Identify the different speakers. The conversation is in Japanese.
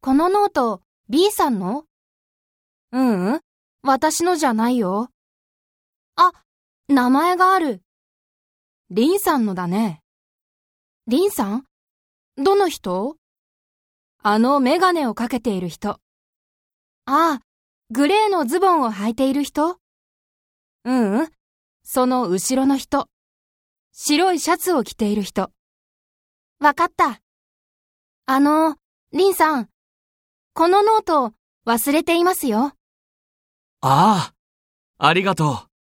Speaker 1: このノート、B さんのううん、私のじゃないよ。あ、名前がある。リンさんのだね。リンさんどの人あのメガネをかけている人。ああ、グレーのズボンを履いている人うんうん、その後ろの人。白いシャツを着ている人。わかった。あの、リンさん、このノート忘れていますよ。
Speaker 2: ああ、ありがとう。